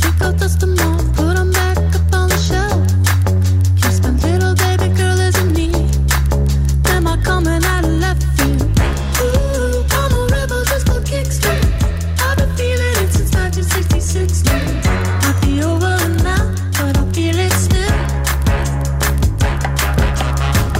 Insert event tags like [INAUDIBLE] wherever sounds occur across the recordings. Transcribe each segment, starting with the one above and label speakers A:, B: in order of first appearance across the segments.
A: Pick up, dust 'em off, put 'em back up on the shelf. Kiss my little baby girl isn't me. Am I coming out of left field? Ooh, I'm a rebel just for kicks. I've been feeling it since 1966. Might be over now, but I feel it still. Ooh,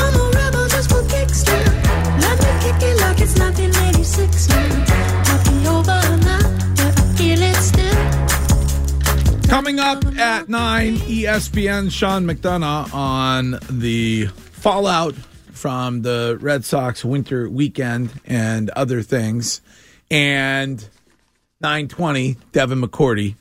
A: I'm a rebel just for kicks. Let me kick it like it's 1986. Might be over now, but I feel it still.
B: Coming up at E 9, ESPN Sean McDonough on the fallout from the Red Sox winter weekend and other things. And 920, Devin McCourty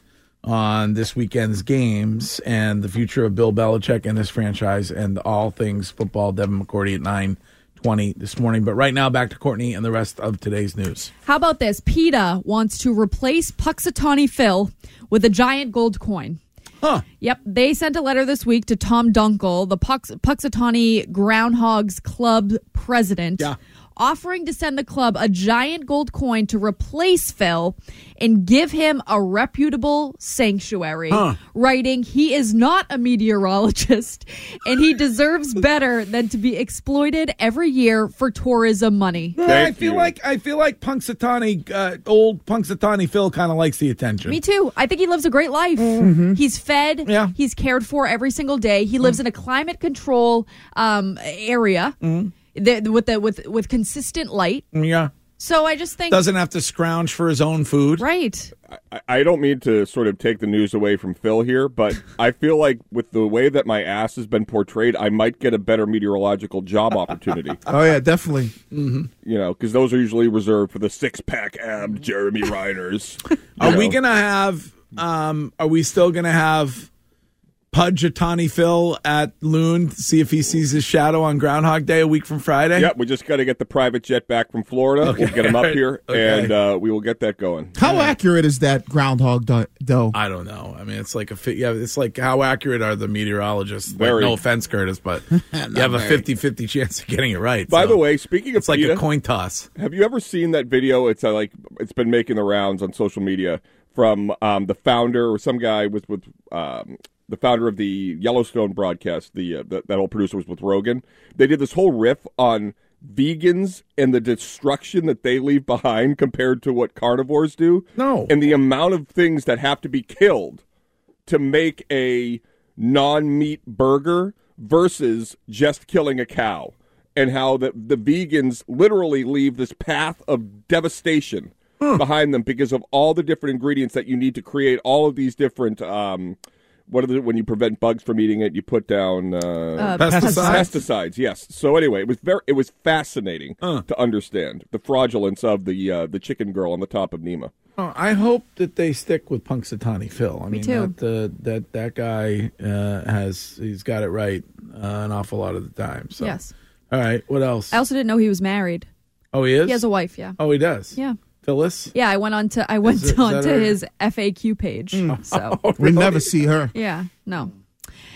B: on this weekend's games and the future of Bill Belichick and his franchise and all things football. Devin McCourty at 920 this morning. But right now, back to Courtney and the rest of today's news.
C: How about this? PETA wants to replace Puxatawny Phil with a giant gold coin.
B: Huh.
C: Yep, they sent a letter this week to Tom Dunkel, the Pux- Puxatawny Groundhogs Club president,
B: Yeah.
C: offering to send the club a giant gold coin to replace Phil and give him a reputable sanctuary,
B: Huh.
C: writing, He is not a meteorologist and he deserves better than to be exploited every year for tourism money.
B: I feel like I feel like Punxsutawney, uh, old Punxsutawney Phil, kind of likes the attention.
C: Me too. I think he lives a great life. He's fed.
B: Mm-hmm. Yeah. Mm.
C: He's cared for every single day. He lives in a climate control um, area
B: Mm.
C: that- with the with with consistent light.
B: Yeah,
C: So I just think
B: doesn't have to scrounge for his own food.
C: right.
D: I- I don't mean to sort of take the news away from Phil here,
B: [LAUGHS]
D: but I feel like with the way that my ass has been portrayed, I might get a better meteorological job
B: [LAUGHS]
D: opportunity.
B: Uh,
E: Oh yeah, definitely.
D: you know, because those are usually reserved for the six pack ab Jeremy Reiners. you
B: [LAUGHS] Are we
D: know.
B: gonna have? Um, are we still gonna have Pudgetani Phil at Loon? to See if he sees his shadow on Groundhog Day a week from Friday.
D: Yep, we just got to get the private jet back from Florida. We'll get
B: [LAUGHS]
D: him up here,
B: Okay.
D: and uh, we will get that going.
E: How accurate is that groundhog do- dough?
B: I don't know. I mean, it's like a fi- yeah. It's like how accurate are the meteorologists? Like,
D: Very.
B: no offense, Curtis,
D: [LAUGHS]
B: but you have a 50-50 chance of getting it right.
D: By
B: so
D: the way, speaking of
B: it's like
D: PETA,
B: a coin toss.
D: Have you ever seen that video? It's uh, like it's been making the rounds on social media from um, the founder or some guy with with um, the founder of the Yellowstone broadcast. The, uh, the that old producer was with Rogan. They did this whole riff on vegans and the destruction that they leave behind compared to what carnivores do.
B: No.
D: and the amount of things that have to be killed to make a non-meat burger versus just killing a cow and how the, the vegans literally leave this path of devastation behind them because of all the different ingredients that you need to create all of these different um, what are the when you prevent bugs from eating it you put down uh,
B: Pesticides.
D: pesticides yes so anyway it was very it was fascinating to understand the fraudulence of the uh, the chicken girl on the top of nema
B: Oh, I hope that they stick with Punxsutawney Phil. I mean,
C: too.
B: That, uh, that that guy uh, has he's got it right uh, an awful lot of the time. So.
C: Yes.
B: All right. What else?
C: I also didn't know he was married.
B: oh, he is.
C: He has a wife. Yeah.
B: oh, he does.
C: Yeah.
B: Phyllis.
C: Yeah. I went on to I went
B: Is it- is
C: on
B: that
C: to
B: her- Mm. Oh.
C: his FAQ page.
B: [LAUGHS]
C: So
E: We never see her.
C: yeah. No.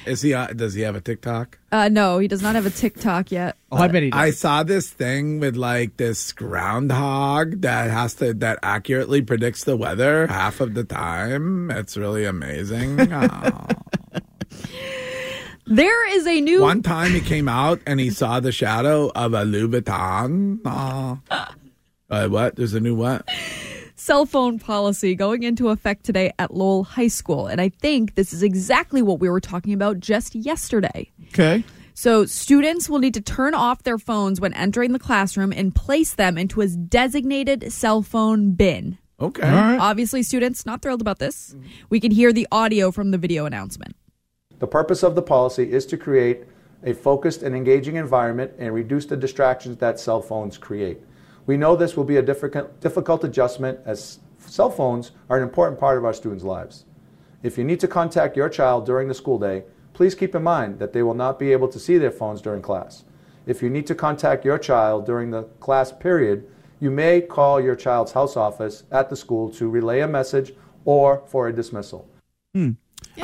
B: Is he? Uh, does he have a TikTok?
C: Uh, no, he does not have a TikTok yet.
F: Oh, I bet he does.
B: I saw this thing with like this groundhog that has to that accurately predicts the weather half of the time. It's really
C: [LAUGHS]
B: amazing. Oh.
C: There is a new
B: One time he came out and he saw the shadow of a Louboutin. Aw. Uh, what? There's a new what?
C: cell phone policy going into effect today at Lowell High School. And I think this is exactly what we were talking about just yesterday.
E: Okay.
C: So students will need to turn off their phones when entering the classroom and place them into a designated cell phone bin.
B: Okay.
C: Obviously, students not thrilled about this. We can hear the audio from the video announcement.
F: The purpose of the policy is to create a focused and engaging environment and reduce the distractions that cell phones create. We know this will be a difficult, difficult adjustment as cell phones are an important part of our students' lives. If you need to contact your child during the school day, please keep in mind that they will not be able to see their phones during class. If you need to contact your child during the class period, you may call your child's house office at the school to relay a message or for a dismissal.
E: I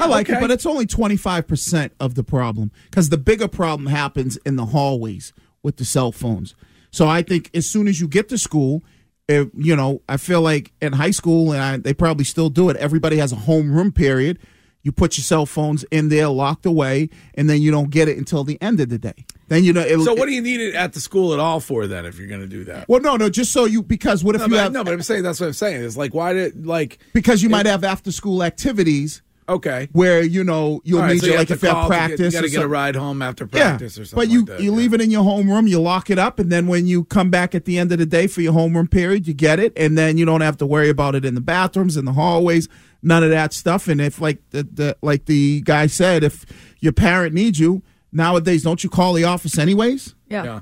E: like
B: okay.
E: it, but it's only 25% of the problem because the bigger problem happens in the hallways with the cell phones. So I think as soon as you get to school, if, you know, I feel like in high school, and I, they probably still do it, everybody has a homeroom period. You put your cell phones in there, locked away, and then you don't get it until the end of the day. Then you know. It,
B: So what do you need it at the school at all for then if you're going to do that?
E: Well, no, no, just so you because what if
B: No
E: you
B: but,
E: have
B: no, but I'm saying that's what I'm saying. It's like why did like
E: because you might have after school activities
B: okay.
E: where you know you'll
B: All right,
E: need
B: so
E: you
B: you
E: like
B: have
E: if
B: to
E: you
B: call
E: have
B: to get-
E: practice.
B: you got
E: or
B: to get a
E: something.
B: ride home after practice or something.
E: But you
B: like that,
E: you
B: yeah.
E: leave it in your homeroom, you lock it up, and then when you come back at the end of the day for your homeroom period, you get it, and then you don't have to worry about it in the bathrooms, in the hallways, none of that stuff. And if like the, the like the guy said, if your parent needs you nowadays, don't you call the office anyways?
C: Yeah.
B: Yeah.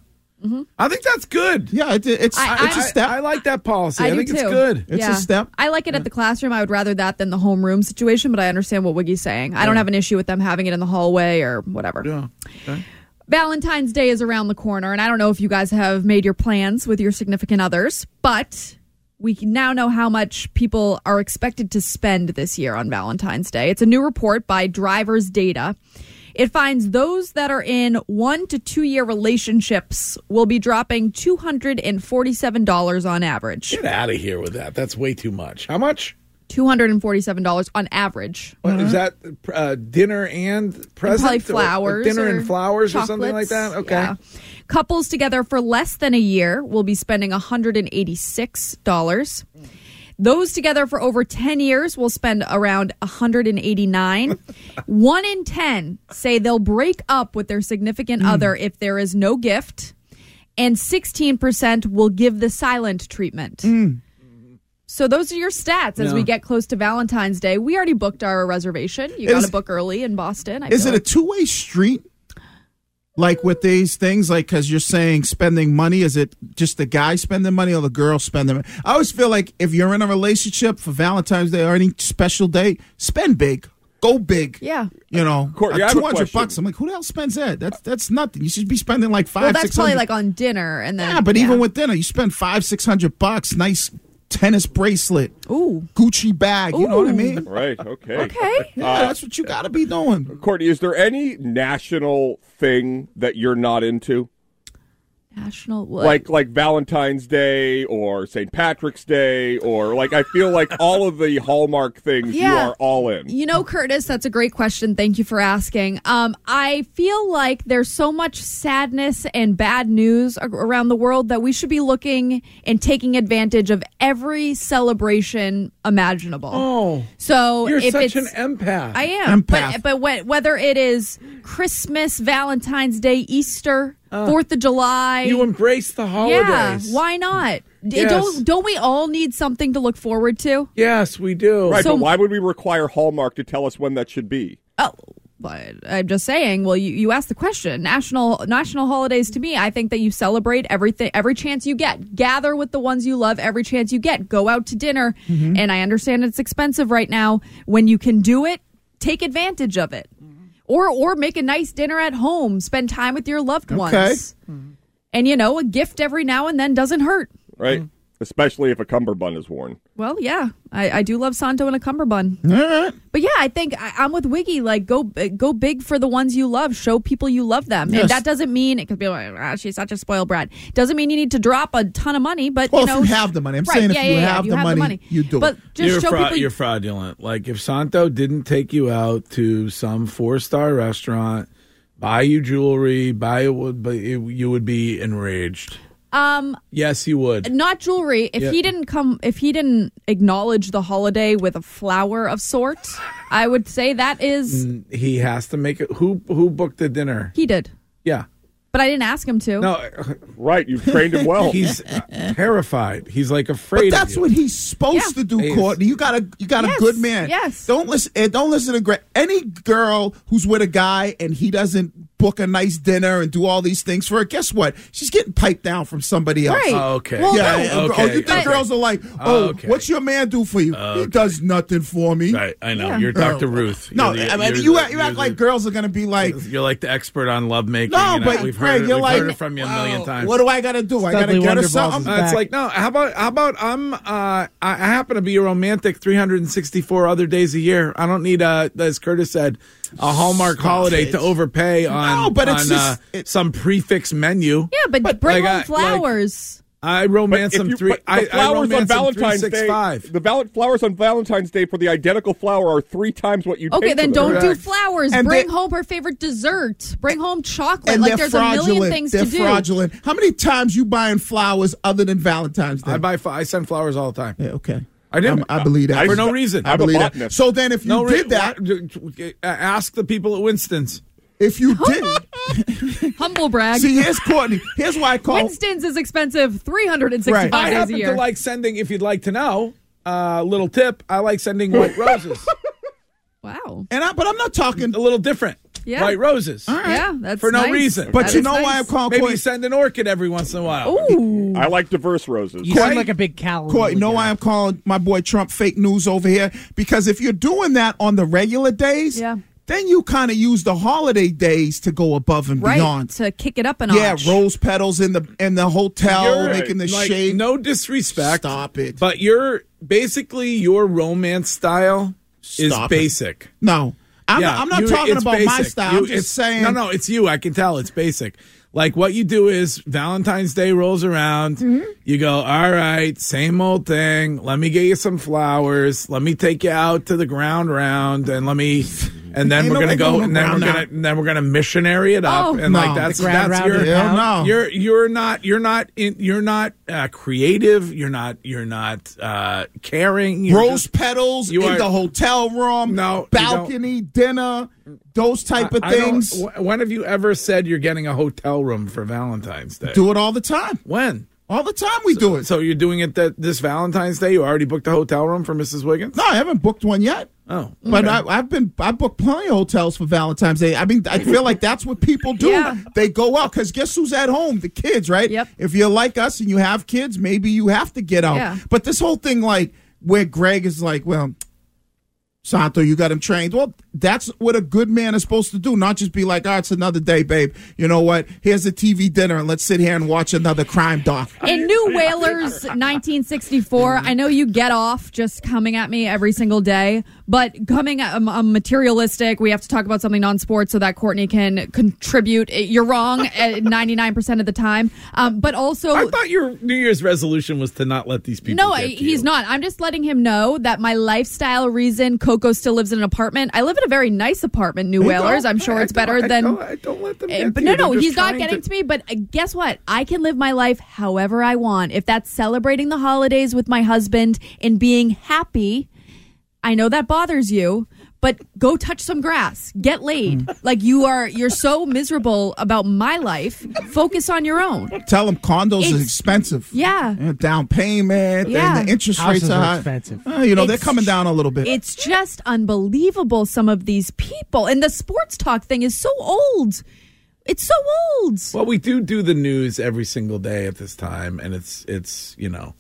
B: I think that's good.
E: Yeah, it, it's
C: I-
E: it's a
C: I-
E: step.
B: I like that policy. I,
C: do
B: think it's
C: too.
B: good.
E: It's a step.
C: I like it at the classroom. I would rather that than the homeroom situation, but I understand what Wiggy's saying. I don't have an issue with them having it in the hallway or whatever.
B: Yeah.
C: Valentine's Day is around the corner, and I don't know if you guys have made your plans with your significant others, but we can now know how much people are expected to spend this year on Valentine's Day. It's a new report by Drivers Data. It finds those that are in one to two year relationships will be dropping $247 on average.
B: Get out of here with that. That's way too much. How much?
C: $247 on average.
B: What, is
E: Uh-huh.
B: that uh, dinner and present?
C: Probably
B: Or- or
C: flowers.
B: dinner and flowers or something like
C: chocolates.
B: that? Okay.
C: Yeah. Couples together for less than a year will be spending $186. Those together for over 10 years will spend around
B: [LAUGHS]
C: 189. One in 10 say they'll break up with their significant
B: Mm.
C: other if there is no gift, and 16% will give the silent treatment.
B: Mm.
C: So those are your stats as we get close to Valentine's Day. We already booked our reservation. You got
E: Is-
C: to book early in Boston. I
E: Is
C: feel
E: it a two way street? Like with these things, like because you're saying spending money, is it just the guy spending money or the girl spending money? I always feel like if you're in a relationship for Valentine's Day or any special day, spend big, go big.
C: Yeah.
E: you know,
D: Courtney, I have a
E: two hundred
D: question.
E: bucks. I'm like, who the hell spends that? That's that's nothing. You should be spending like five.
C: Well, that's
E: 600.
C: probably like on dinner, and then
E: yeah, but even with dinner, you spend five six hundred bucks. Nice tennis bracelet,
C: Ooh.
E: Gucci bag. You know what I mean?
D: Right. Okay.
C: okay,
E: Yeah, that's what you got to be doing.
D: Courtney, is there any national thing that you're not into?
C: national
D: Like like Valentine's Day or St. Patrick's Day or like I feel like all of the Hallmark things
C: Yeah.
D: you are all in.
C: You know, Curtis, that's a great question. Thank you for asking. Um, I feel like there's so much sadness and bad news a- around the world that we should be looking and taking advantage of every celebration imaginable.
B: Oh,
C: so
B: you're
C: if
B: such an
C: it's,
B: empath.
C: I am,
E: empath.
C: but but whe- whether it is Christmas, Valentine's Day, Easter,
E: Uh.
C: Fourth of July,
B: you embrace the holidays.
C: Yeah, why not? D-
B: Yes.
C: Don't don't we all need something to look forward to?
B: Yes, we do.
D: Right,
C: So-
D: but why would we require Hallmark to tell us when that should be?
C: Oh, but I'm just saying. Well, you, you asked the question. National national holidays to me, I think that you celebrate everything every chance you get. Gather with the ones you love every chance you get. Go out to dinner,
B: Mm-hmm.
C: and I understand it's expensive right now. When you can do it, take advantage of it.
B: Mm-hmm.
C: Or, or make a nice dinner at home. Spend time with your loved ones.
B: Mm-hmm.
C: And, you know, a gift every now and then doesn't hurt.
D: Right?
C: Mm-hmm.
D: Especially if a cummerbund is worn.
C: Well, yeah, I, I do love Santo and a cummerbund.
E: All right.
C: But yeah, I think I, I'm with Wiggy. Like, go go big for the ones you love. Show people you love them.
E: Yes.
C: And that doesn't mean it could be like, ah, she's such a spoiled brat. Doesn't mean you need to drop a ton of money. But
E: Well,
C: you
E: if
C: know,
E: you have the money. I'm saying if
C: yeah,
E: you
C: yeah, yeah.
E: have the money, you do
C: But
E: it.
C: just
B: you're,
C: show
B: fraud-
C: people.
B: you're fraudulent. Like if Santo didn't take you out to some four star restaurant, buy you jewelry, buy you would, but you you would be enraged.
C: um,
B: Yes, you would.
C: not jewelry. If
B: Yeah.
C: he didn't come, if he didn't acknowledge the holiday with a flower of sort, I would say that is
E: Mm.
B: He has to make it. Who who booked the dinner?
C: he did.
B: Yeah.
C: But I didn't ask him to.
B: No,
D: Right, you've trained him well.
B: [LAUGHS] he's terrified. He's like
E: But
B: afraid.
E: that's
B: of you.
E: what he's supposed
C: Yeah.
E: to do,
B: He is.
E: Courtney. You got a you got
C: Yes,
E: a good man.
C: yes.
E: Don't listen. eh, Don't listen to Greg. Any girl who's with a guy and he doesn't book a nice dinner and do all these things for her, guess what? She's getting piped down from somebody else.
C: Right.
B: Oh, okay.
C: Well, no.
E: Yeah, yeah, oh,
B: Okay,
E: you think
B: okay.
E: girls are like, oh,
B: Okay.
E: what's your man do for you? He does nothing for me.
B: Right, I know.
C: Yeah.
B: You're Dr. Ruth.
E: No,
B: You're the-
E: I mean,
B: you're
E: you,
B: the-
E: act, you
B: you're
E: act
B: the-
E: like girls are going to be like,
B: You're like the expert on lovemaking.
E: no,
B: and I-
E: but
B: we've
E: Greg,
B: heard, it,
E: you're
B: we've
E: like,
B: heard it from you a million
E: oh,
B: times.
E: What do I got to do? I got to
G: Studley
E: get her
G: Wonderballs
E: something.
G: is
B: Uh, it's
G: back.
B: like no. How about how about I'm uh, I, I happen to be a romantic 364 other days a year. I don't need a as Curtis said a Hallmark
E: Stop
B: holiday
E: it.
B: to overpay on
E: No, but it's
B: on,
E: just-
B: uh,
E: it-
B: some prefix menu.
C: Yeah, but,
E: But,
C: bring
B: like,
C: home
B: I-
C: flowers.
B: I romance
D: if
B: them
D: you-
B: three.
D: but the
B: I, I
D: flowers on
B: romance them
D: Valentine's
B: three, six,
D: Day.
B: five.
D: The val- flowers on Valentine's Day for the identical flower are three times what you.
C: okay,
D: pay
C: then
D: for them.
C: don't do
E: Correct.
C: flowers.
E: And
C: bring
E: they-
C: home her favorite dessert. Bring home chocolate.
E: And
C: like
E: they're
C: there's
E: fraudulent.
C: a million things
E: they're
C: to do. [LAUGHS]
E: fraudulent. How many times you buying flowers other than Valentine's Day?
B: I buy. fl- I send flowers all the time.
E: Yeah, okay.
B: I didn't-
E: I'm- I believe that
D: I-
B: For no reason.
E: I
D: I'm a
E: believe that.
D: botanist.
E: So then, if you
B: No,
E: did
B: re-
E: that,
B: why- uh, ask the people at Winston's.
E: if you did,
C: [LAUGHS] Humble brag.
E: see, here's Courtney. Here's why I call.
C: Winston's is expensive 365
E: Right. I
B: I
C: days
B: happen
C: a
B: to
C: year.
B: like sending, if you'd like to know, a little tip. I like sending white
E: [LAUGHS]
B: roses.
C: wow.
E: And I, but I'm not talking.
B: a little different.
C: Yeah.
B: White roses.
C: Yeah, that's
B: For no
C: nice.
B: reason.
E: But
C: That
E: you
C: is
E: know why I
C: nice.
G: Oh,
E: call
B: Maybe you
E: Courtney.
B: send an orchid every once in a while.
C: Ooh.
D: I like diverse roses.
G: You sound like a big cow.
E: Court, you know why I'm calling my boy Trump fake news over here? Because if you're doing that on the regular days,
C: Yeah.
E: then you kind of use the holiday days to go above and
C: Right.
E: beyond.
C: To kick it up a
E: Yeah,
C: notch.
E: rose petals in the in the hotel,
B: You're,
E: making the
B: like,
E: shade.
B: No disrespect.
E: Stop it.
B: But you're basically your romance style
E: Stop
B: is
E: it.
B: basic.
E: no, I'm,
B: Yeah,
E: not- I'm not
B: you-
E: talking
B: it's
E: about my
B: basic.
E: style.
B: You-
E: I'm
B: it's-
E: just saying.
B: No, no, it's you. I can tell it's basic. Like what you do is Valentine's Day rolls around,
E: Mm-hmm.
B: you go, all right, same old thing. Let me get you some flowers. Let me take you out to the ground round, and let me, and then
E: Ain't
B: we're gonna
E: nobody
B: go,
E: going
B: and then we're
E: round
B: gonna,
E: out.
B: and then we're gonna missionary it up,
C: Oh.
B: and
E: No,
B: like
E: the
B: that's
G: ground
B: that's
G: round
B: your,
G: and
E: Hell no.
B: you're you're not you're not in you're not uh, creative. You're not you're not uh, caring. You're
E: rose
B: just-
E: petals
B: you
E: in
B: are-
E: the hotel room,
B: No, you
E: balcony dinner, those type of
B: I don't-
E: things.
B: wh- when have you ever said you're getting a hotel room for Valentine's Day?
E: do it all the time.
B: when?
E: All the time we do it.
B: So you're doing it that this Valentine's Day? You already booked a hotel room for Mrs. Wiggins?
E: no, I haven't booked one yet.
B: Oh,
E: But I, I've been I booked plenty of hotels for Valentine's Day. I mean, I feel like that's what people do.
C: Yeah.
E: They go out because guess who's at home? The kids, right?
C: Yep.
E: If you're like us and you have kids, maybe you have to get out.
C: Yeah.
E: But this whole thing, like where Greg is like, well, Santo, you got him trained. Well, that's what a good man is supposed to do, not just be like, oh, it's another day, babe. You know what? Here's a TV dinner and let's sit here and watch another crime doc.
C: In New Whalers 1964, I know you get off just coming at me every single day, but coming at I'm, I'm materialistic. We have to talk about something non sports so that Courtney can contribute. Eh, You're
B: [LAUGHS]
C: wrong at 99% of the time. Um, but also,
B: I thought your New Year's resolution was to not let these people.
C: no,
B: get
C: I-
B: to
C: he's
B: you.
C: not. I'm just letting him know that my lifestyle reason Coco still lives in an apartment. I live in a very nice apartment, New Whalers. I'm sure
B: I
C: it's
B: don't-
C: better
B: I
C: than.
B: don't- I don't let them
C: Eh,
B: get
C: but
B: to
C: no,
B: you.
C: no,
B: They're just
C: he's not
B: trying
C: getting to,
B: to-
C: me. But uh, guess what? I can live my life however I want. If that's celebrating the holidays with my husband and being happy, I know that bothers you. But go touch some grass, get laid. Like you are, you're so miserable about my life. Focus on your own.
E: Tell them condos is
C: It's-
E: expensive.
C: Yeah.
E: And down payment.
C: Yeah.
E: And the interest
G: Houses
E: rates are
G: are
E: high.
G: expensive.
E: Uh, you know, they're
C: It's
E: coming
C: tr-
E: down a little bit.
C: It's just unbelievable. Some of these people and the sports talk thing is so old. It's so old.
B: Well, we do do the news every single day at this time, and it's it's you know,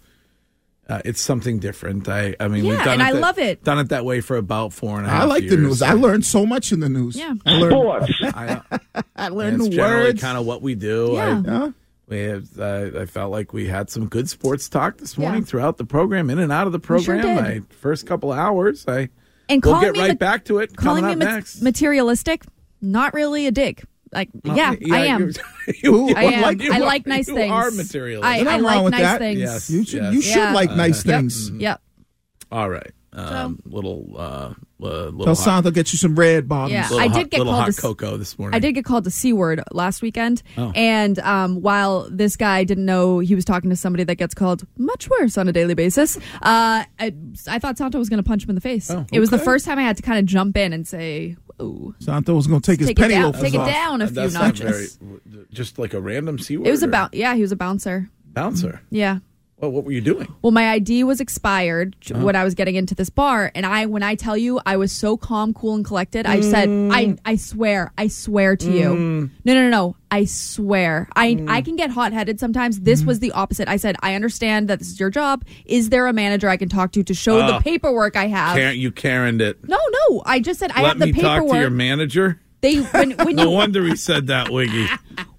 B: uh, it's something different. I I mean,
C: Yeah,
B: we've done
C: and
B: it
C: I
B: that-
C: love it.
B: Done it that way for about four and a half.
E: I like the
B: years.
E: news. I learned so much in the news.
C: Yeah.
E: I learned, [LAUGHS]
B: I,
E: I learned
B: it's
E: the
B: generally
E: words.
B: kind of what we do.
C: Yeah.
B: I,
E: Huh?
B: We have, uh, I felt like we had some good sports talk this morning
C: Yeah.
B: throughout the program, in and out of the
C: sure
B: program.
C: did.
B: I first couple hours, I
C: And
B: we'll
C: calling
B: get
C: me
B: right
C: ma-
B: back to it.
C: Calling
B: coming
C: me
B: up
C: ma-
B: next.
C: materialistic, not really a dig. Like, yeah, I am.
B: [LAUGHS] you- you
C: I
B: are
C: am.
B: like- you
C: I
B: are-
C: like nice
B: you
C: things.
B: are materialistic.
C: I,
E: Nothing
C: I
E: wrong
C: like
E: with
C: nice
E: that.
C: things.
B: Yes.
E: You should, you should
C: Yeah.
E: like nice
C: Uh, Yep. Mm-hmm.
E: things.
C: Yep.
B: All right. Um, little, uh, uh, little,
E: Tell
B: hot,
E: Santa get you some red bottoms.
C: Yeah.
B: little
C: I did
B: hot-
C: get
B: little
C: called
B: hot
C: a s-
B: cocoa this morning.
C: I did get called the C word last weekend.
B: Oh.
C: And um, while this guy didn't know he was talking to somebody that gets called much worse on a daily basis, uh, I, I thought Santo was going to punch him in the face. It was the
B: okay.
C: first time I had to kind of jump in and say, Ooh.
E: Santo was going to take his
C: Take it down-
E: pennyloafers
C: take it
E: off.
C: down a
B: Uh,
C: few
B: that's not
C: notches.
B: very- just like a random C word.
C: It was a
B: or
C: boun Yeah, he was a bouncer.
B: bouncer.
C: Yeah.
B: Well, what were you doing?
C: Well, my ID was expired j-
B: Oh.
C: when I was getting into this bar, and I, when I tell you, I was so calm, cool, and collected. I said,
B: Mm.
C: "I, I swear, I swear to you, no, no, no, no, I swear, I,
B: Mm.
C: I can get hot headed sometimes. This
B: Mm-hmm.
C: was the opposite. I said, I understand that this is your job. Is there a manager I can talk to to show the paperwork I have?
B: Ah. Karen, you Karened it.
C: No, no, I just said Uh, I
B: Let
C: have the
B: me
C: paperwork.
B: talk to your manager.
C: they when
B: [LAUGHS]
C: when
B: No
C: you
B: wonder he said that, Wiggy.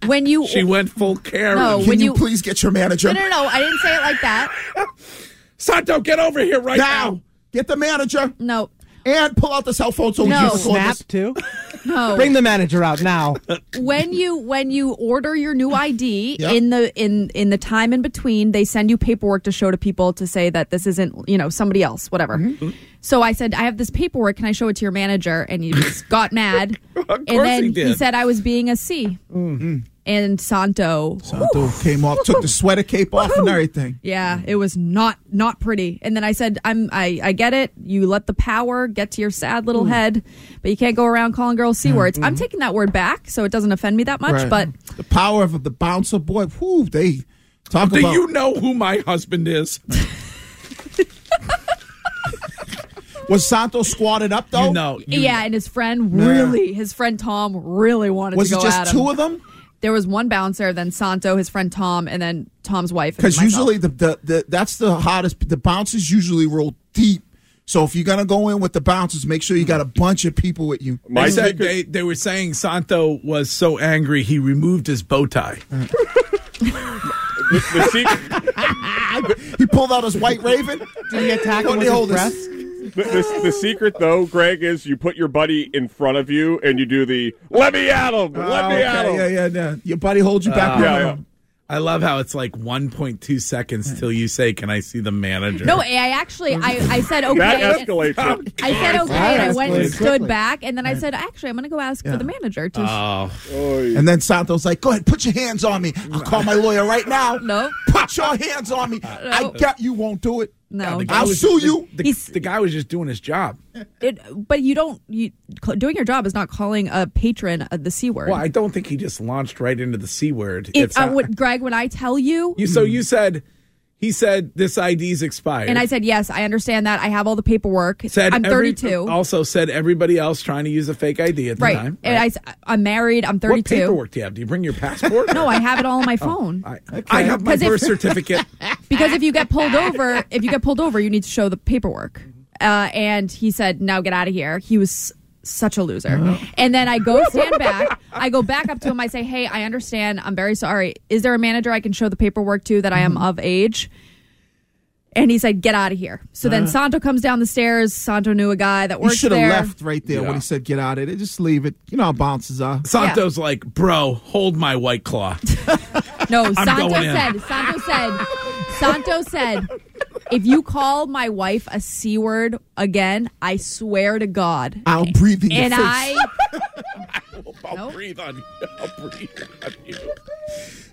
C: when you
B: She went full Karen.
C: No.
E: Can
C: When
E: you,
C: you-
E: please get your manager
C: no, no, no, I didn't say it like that.
B: Santo, get over here right now.
E: now? Get the manager
C: No,
E: and pull out the cell phone so we
C: No.
E: can record
G: Snap
E: this.
G: too.
C: no.
G: Bring the manager out now.
C: when you when you order your new ID
E: Yep.
C: in the in in the time in between, they send you paperwork to show to people to say that this isn't you know somebody else, whatever. So I said, I have this paperwork. Can I show it to your manager? And he just got mad. and
B: course
C: then
B: he did.
C: said I was being a C. And Santo,
E: Santo came off, took the sweater cape off and everything.
C: yeah, it was not not pretty. And then I said, I'm I I get it. You let the power get to your sad
E: Hmm.
C: little head, but you can't go around calling girls c words. I'm taking that word back, so it doesn't offend me that much.
E: Right.
C: But
E: the power of the bouncer boy, whoo, they talk
B: Do
E: about.
B: you know who my husband is?
E: was Santo squatted up though?
B: You
D: Oh,
B: know. You
C: yeah, and his friend really, his friend Tom really wanted
E: Was
C: to
E: it
C: go at
E: just
C: him.
E: two of them?
C: There was one bouncer, then Santo, his friend Tom, and then Tom's wife. and
E: Because
C: myself.
E: usually the, the the that's the hardest. The bouncers usually roll deep. So if you're gonna go in with the bouncers, make sure you got a bunch of people with you. [LAUGHS]
B: They
D: My
B: said
D: secret-
B: they, they were saying Santo was so angry he removed his bow tie.
D: the, the secret,
E: He pulled out his white raven.
G: Did he attack
E: What
G: him with
E: do
G: his
E: you hold this?
G: breasts?
D: the, the, the secret, though, Greg, is you put your buddy in front of you and you do the "Let me at him, let
E: Oh,
D: me
E: okay,
D: at him."
E: yeah, yeah, yeah. Your buddy holds you
B: Uh,
E: back.
D: yeah, yeah.
B: I love how it's like 1.2 seconds till you say, "Can I see the manager?"
C: no, I actually, I, I said okay.
D: That
C: and-
D: escalates
B: [LAUGHS]
D: it.
C: I said okay, and I went and
G: escalated
C: stood
G: quickly.
C: back, and then I said, actually, I'm going to go ask for the manager to.
D: Oh.
E: And then Santo's like, "Go ahead, put your hands on me. I'll call my lawyer right now.
C: No.
E: put your hands on me. I got you. Won't do it.
C: No.
B: The guy
E: I'll
B: was-
E: sue
B: the-
E: you.
B: The,
C: He's-
B: the guy was just doing his job.
C: It, but you don't. You doing your job is not calling a patron uh, the c word.
B: Well, I don't think he just launched right into the c word.
C: It-
B: It's
C: I
B: not-
C: would- Greg, when I tell you,
B: you, so you said he said this ID's expired.
C: and I said yes, I understand that. I have all the paperwork.
B: said
C: I'm
B: every-
C: 32.
B: also said everybody else trying to use a fake ID at the
C: right,
B: time.
C: and I, s- I'm married. I'm 32.
B: what paperwork do you have? Do you bring your passport?
C: [LAUGHS] No, I have it all
B: [LAUGHS]
C: on my phone.
B: I, I have my
C: 'Cause if- [LAUGHS]
B: birth certificate.
C: because if you get pulled over, if you get pulled over, you need to show the paperwork.
B: Mm-hmm.
C: Uh, and he said, "No, get out of here." He was such a loser. And then I go stand back. I go back up to him. I say, "Hey, I understand. I'm very sorry. Is there a manager I can show the paperwork to that I
B: Mm-hmm.
C: am of age?" And he said, "Get out of here." So
B: Uh-huh.
C: then Santo comes down the stairs. Santo knew a guy that
E: You
C: works
E: should
C: there.
E: have left right there when
B: Yeah.
E: he said, "Get out of it. Just leave it. You know how bouncers are."
B: Santo's like, bro, hold my white
C: [LAUGHS]
B: claw. [LAUGHS]
C: No,
B: going
C: Santo
B: in.
C: said, Santo said, Santo said, if you call my wife a C word again, I swear to God.
E: I'll breathe in your
C: and
E: face. [LAUGHS]
C: I,
B: I'll
C: Nope.
B: breathe on you. [LAUGHS] I'll breathe on you.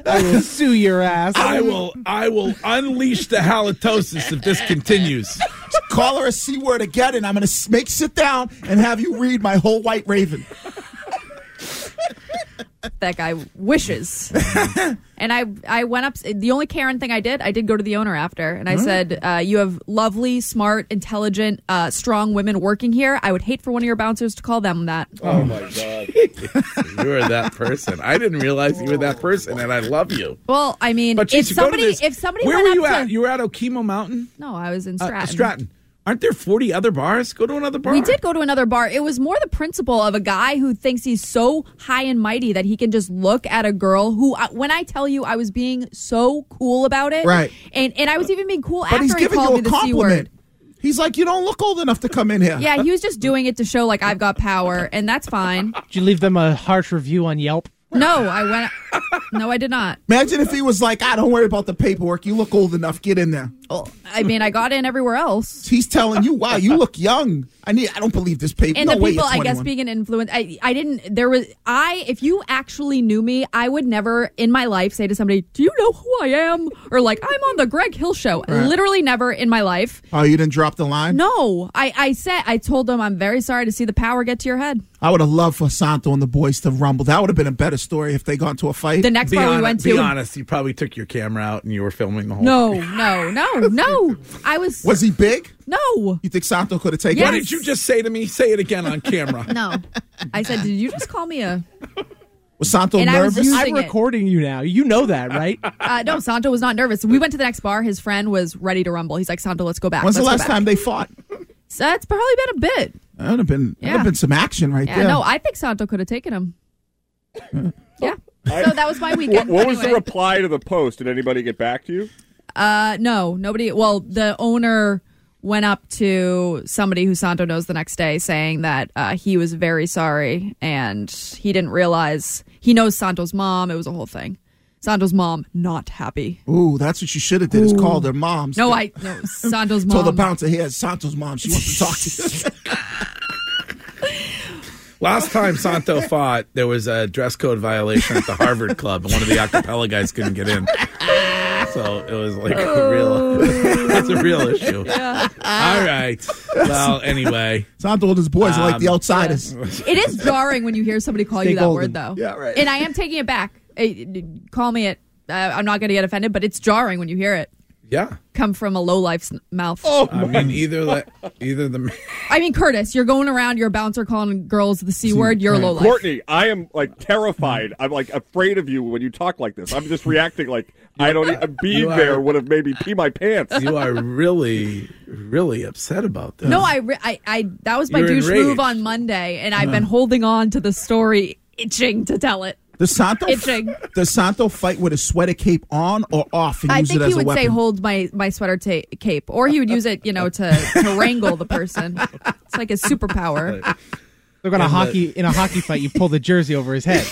G: I will sue your ass.
B: I will. I will unleash the halitosis if this continues.
E: Call her a C word again, and I'm going to make sit down and have you read my whole White Raven.
C: that guy
B: [LAUGHS]
C: wishes. and I, I went up. The only Karen thing I did, I did go to the owner after, and
B: Hmm.
C: I said, uh, "You have lovely, smart, intelligent, uh, strong women working here. I would hate for one of your bouncers to call them that."
B: Oh my god! [LAUGHS] you are that person. I didn't realize you were that person, and I love you.
C: Well, I mean,
B: But
C: if
B: geez, you go to
C: somebody,
B: this-
C: if somebody,
B: where
C: went
B: were
C: up
B: you
C: to-
B: at? You were at Okemo Mountain,
C: no, I was in
B: Uh, Stratton. Aren't there forty other bars? Go to another bar.
C: We did go to another bar. It was more the principle of a guy who thinks he's so high and mighty that he can just look at a girl who, I- when I tell you, I was being so cool about it,
E: Right.
C: And and I was even being cool
E: But
C: after
E: he's
C: he
E: giving
C: called
E: you
C: me
E: a
C: the c word.
E: compliment. He's like, you don't look old enough to come in here.
C: Yeah, he was just doing it to show like I've got power, and that's fine.
G: Did you leave them a harsh review on Yelp?
C: No, I went. No, I did not.
E: "Ah, Imagine if he was like, I don't worry about the paperwork. You look old enough. Get in there.
C: Well, I mean, I got in everywhere else.
E: He's telling you, "Wow, you look young." I need. I don't believe this paper.
C: And
E: no
C: the
E: way
C: people,
E: you're
C: I guess,
E: 21.
C: being an influence, I, I didn't. There was I. If you actually knew me, I would never in my life say to somebody, "Do you know who I am?" Or like, "I'm on the Greg Hill show." Literally, never in my life.
E: Oh, you didn't drop the line.
C: No, I, I said, I told them, I'm very sorry to see the power get to your head.
E: I would have loved for Santo and the boys to rumble. That would have been a better story if they got into a fight.
C: The next
B: Be,
C: bar we
B: hon-
C: went
B: be
C: to.
B: honest, you probably took your camera out and you were filming the whole
C: No, no, no, no. I was,
E: Oh was he big?
C: no,
E: You think Santo could have taken?
C: Yes.
B: What did you just say to me? Say it again
G: [LAUGHS]
B: on camera.
C: no. I said, did you just call me a?
E: Was Santo
C: And I was
E: nervous?
C: using
G: I'm
C: it.
G: recording you now. You know that, right?
C: Uh, no, Santo was not nervous. We went to the next bar. His friend was ready to rumble. He's like, Santo, let's go back.
E: When's the
C: let's go back."
E: last time they fought?
C: So that's probably been a bit.
E: That would have been. That would
C: Yeah.
E: have been some action right
C: Yeah,
E: there.
C: no, I think Santo could have taken him.
E: [LAUGHS]
C: yeah. So that was my
D: What,
C: weekend.
D: what was the
C: Anyway.
D: reply to the post? Did anybody get back to you?
C: Uh, no, nobody. Well, the owner went up to somebody who Santo knows the next day, saying that uh, he was very sorry and he didn't realize he knows Santo's mom. It was a whole thing. Santo's mom not happy.
E: Ooh, that's what you should have did. Is called their moms.
C: No, I no
E: [LAUGHS]
C: Santo's
E: Told the
C: mom.
E: bouncer here, Santo's mom. She wants to talk
C: [LAUGHS]
E: to you.
B: [LAUGHS] Last time Santo fought, there was a dress code violation at the Harvard Club, and one of the acapella guys couldn't get in. So it was like a real, [LAUGHS] it's a real issue. All right. Well, anyway,
E: Santo and his boys
G: Um,
E: are like the outsiders.
C: It is jarring when you hear somebody call you that
G: golden.
C: word, though.
E: Yeah, right.
C: And I am taking it back. Eh, call me it. Uh, I'm not going to get offended, but it's jarring when you hear it
B: yeah.
C: come from a low life's mouth.
G: Oh,
B: I mean, either the, either the.
C: I mean, Curtis, you're going around, you're a bouncer calling girls the c word. You're
B: Oh,
C: low life.
D: Courtney, I am like terrified. I'm like afraid of you when you talk like this. I'm just reacting like I don't even being
B: You are-
D: there would have made me pee
B: [LAUGHS]
D: my pants.
B: You are really, really upset about this.
C: No, I, re- I, I, that was my
B: You're
C: douche
B: enraged.
C: move on Monday, and I've been holding on to the story, itching to tell it.
E: Does Santo
C: Itching.
E: does Santo fight with a sweater cape on or off and
C: I
E: use
C: think
E: it
C: he
E: as a
C: would
E: weapon?
C: say, "Hold my my sweater ta- cape," or he would use it, you know, to to wrangle the person. It's like a superpower.
G: They're gonna hockey in a hockey fight. You pull the jersey over his head.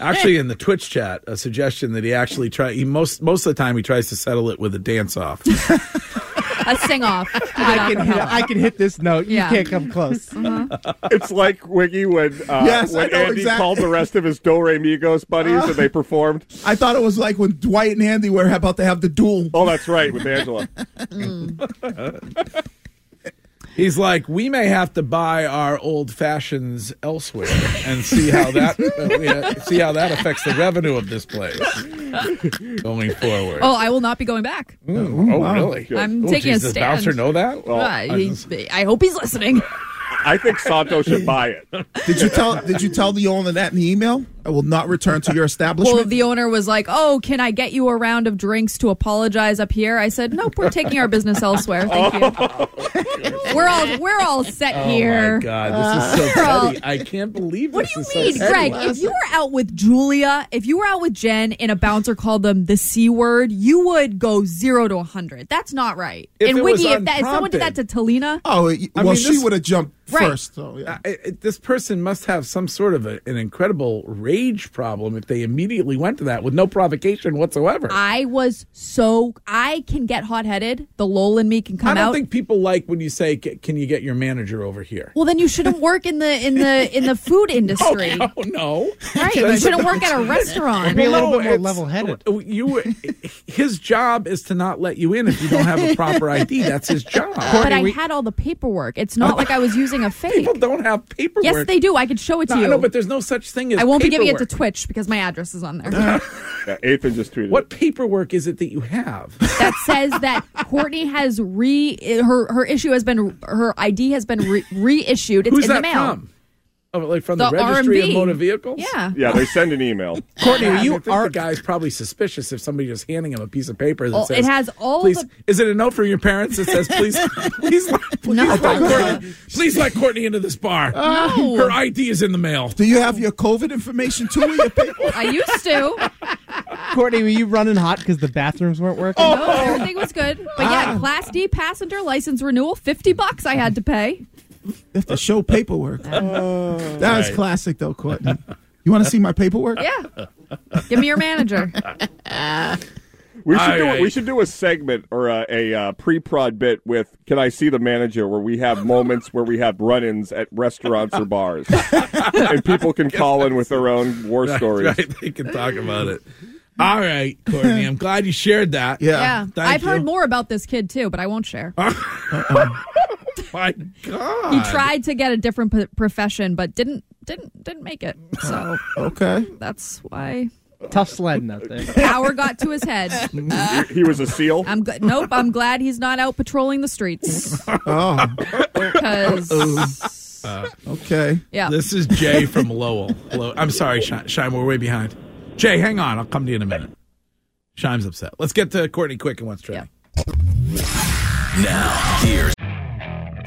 B: actually in the Twitch chat a suggestion that he actually try he most most of the time he tries to settle it with a dance
C: [LAUGHS]
B: off.
C: A sing off.
G: I can, hit, I can hit this note.
C: Yeah.
G: You can't come close.
D: It's like Wiggy when uh,
E: Yes, I
D: when
E: know
D: Andy
E: exactly.
D: called the rest of his Do Re Migos buddies and
E: [LAUGHS]
D: they performed.
E: I thought it was like when Dwight and Andy were about to have the duel.
D: Oh, that's right, with Angela.
B: He's like, we may have to buy our old fashions elsewhere and see how
C: [LAUGHS]
B: that uh, yeah, see how that affects the revenue of this place going forward.
C: Oh, I will not be going back.
B: Mm, oh, really?
C: I'm
B: oh,
C: taking a
B: geez, does
C: stand.
B: bouncer know that?
C: Uh, he- I hope he's listening.
D: I think Santo should buy it.
E: Did you tell Did you tell the owner that in the email? I will not return to your establishment.
C: Well, the owner was like, "Oh, can I get you a round of drinks to apologize up here?" I said, "Nope, we're taking our business elsewhere. Thank you.
B: [LAUGHS]
C: we're all we're all set
B: Oh
C: here."
B: my God, this is so
C: Girl.
B: petty. I can't believe
C: What
B: this
C: do
B: is
C: you mean,
B: so petty.
C: Greg? If you were out with Julia, if you were out with Jen, and a bouncer called them the c word, you would go zero to a hundred. That's not right.
B: If
C: and
B: it was
C: Wiggy, if, that, if someone did that to
B: unprompted.
C: Talina,
E: oh, y-
B: I
E: well,
B: mean,
E: she
B: this- Uh,
E: would have jumped
C: Right.
E: first. So, yeah.
B: I, I, this person must have some sort of a, an incredible rage problem if they immediately went to that with no provocation whatsoever.
C: I was so I can get hot headed. The lol in me can come
B: I don't
C: out.
B: think people like when you say, "C- "Can you get your manager over here?"
C: well, then you shouldn't work in the in the in
B: [LAUGHS]
C: the food industry.
B: Oh no!
C: Right, you shouldn't work at a restaurant.
G: Be a little
B: No,
G: bit more
B: it's-
G: level-headed.
B: You, his job is to not let you in if you don't have a
C: [LAUGHS]
B: proper ID. That's his job.
C: But I
G: we-
C: had all the paperwork. It's not like I was using a fake.
B: [LAUGHS] People don't have paperwork.
C: Yes, they do. I could show it
B: No,
C: to you.
B: I know, but there's no such thing as.
C: I won't be giving it to
B: paperwork.
C: Twitch because my address is
B: [LAUGHS]
C: on there.
D: Yeah, Ethan just tweeted.
B: What
D: it.
B: paperwork is it that you have?
C: that says that Courtney has re her her issue has been her ID has been re- reissued. It's
B: Who's
C: in
B: that
C: the mail.
B: from? Oh, like from
C: The
B: the, registry
C: RMV.
B: of motor vehicles.
C: Yeah.
D: Yeah, they send an email.
B: Courtney, you
G: I think
B: are
G: the
B: the guy's probably suspicious if somebody just handing him a piece of paper that
C: Well,
B: says
C: it has all
B: please,
C: the-
B: Is it a note from your parents that says please
C: [LAUGHS]
B: please let, please, let Courtney, please let Courtney into this bar.
C: No.
B: Her ID is in the mail.
E: do you have your COVID information too? in Your [LAUGHS] paper?
C: I used to.
G: [LAUGHS] Courtney, were you running hot because the bathrooms weren't working?
C: No,
B: Oh.
C: everything was good. But
B: Ah.
C: yeah, Class D passenger license renewal, fifty bucks I had to pay.
E: You have to show paperwork. that was classic, though, Courtney. You want to see my paperwork?
C: Yeah, give me your manager.
D: We should,
H: All
D: do,
H: right.
D: we should do a segment or a, a uh, pre-prod bit with "Can I see the manager?" where we have moments where we have run-ins at restaurants or bars, and people can call in with their own war stories.
H: [LAUGHS]
B: [LAUGHS]
H: Right, they can talk about it. All right, Courtney, I'm glad you shared that.
I: Yeah.
C: Yeah,
H: Thank
C: I've
H: you.
C: heard more about this kid too, but I won't share.
B: Oh
H: My God.
C: He tried to get a different p- profession, but didn't didn't didn't make it. So
H: [LAUGHS]
I: Okay.
C: that's why
J: Tough sledding out there.
C: power got to his head.
D: He- He was a seal.
C: I'm gl- nope. I'm glad he's not out patrolling the
H: [LAUGHS]
C: streets
I: Oh,
C: because
I: okay.
C: yeah.
H: This is Jay from Lowell. Hello. I'm sorry, Shime, Shime, we're way behind. Jay, hang on. I'll come to you in a minute. Shime's upset. Let's get to Courtney quick and what's trending.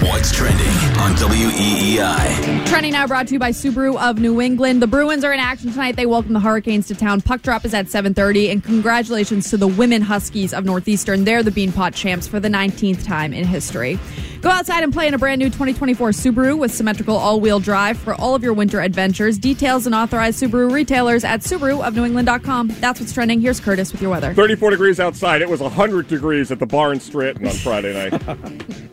K: What's trending on WEEI?
C: Trending now brought to you by Subaru of New England. The Bruins are in action tonight. They welcome the Hurricanes to town. Puck drop is at 7:30, and congratulations to the women Huskies of Northeastern. They're the Beanpot champs for the 19th time in history. Go outside and play in a brand new 2024 Subaru with symmetrical all-wheel drive for all of your winter adventures. Details and authorized Subaru retailers at SubaruofNewEngland.com. That's what's trending. Here's Curtis with your weather.
D: 34 degrees outside. It was 100 degrees at the bar in Stratton on Friday night.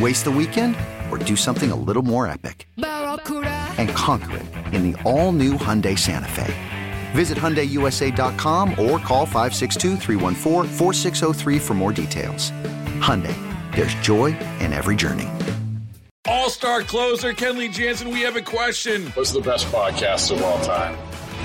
E: Waste the weekend or do something a little more epic? And conquer it in the all new Hyundai Santa Fe. Visit HyundaiUSA.com or call 562-314-4603 for more details. Hyundai, there's joy in every journey.
B: All star closer Kenley Jansen, we have a question. What's the best podcast of all time?